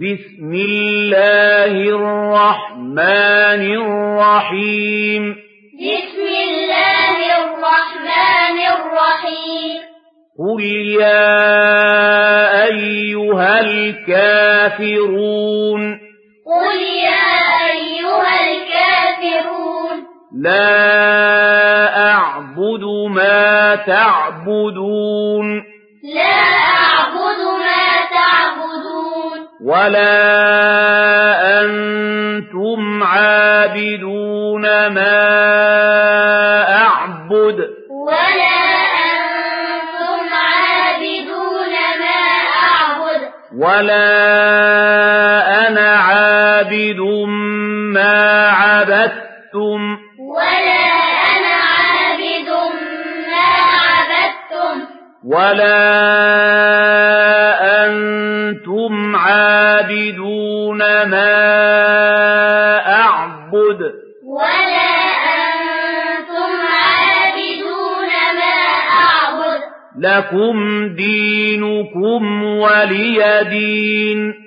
بسم الله الرحمن الرحيم بسم الله الرحمن الرحيم قل يا أيها الكافرون قل يا أيها الكافرون لا أعبد ما تعبدون لا أعبد ما تعبدون ولا أنتم عابدون ما أعبد ولا أنتم عابدون ما أعبد ولا أنا عابد ما عبدتم ولا أنا عابد ما عبدتم ولا أنتم عابدون ما أعبد ولا أنتم عابدون ما أعبد لكم دينكم ولي دين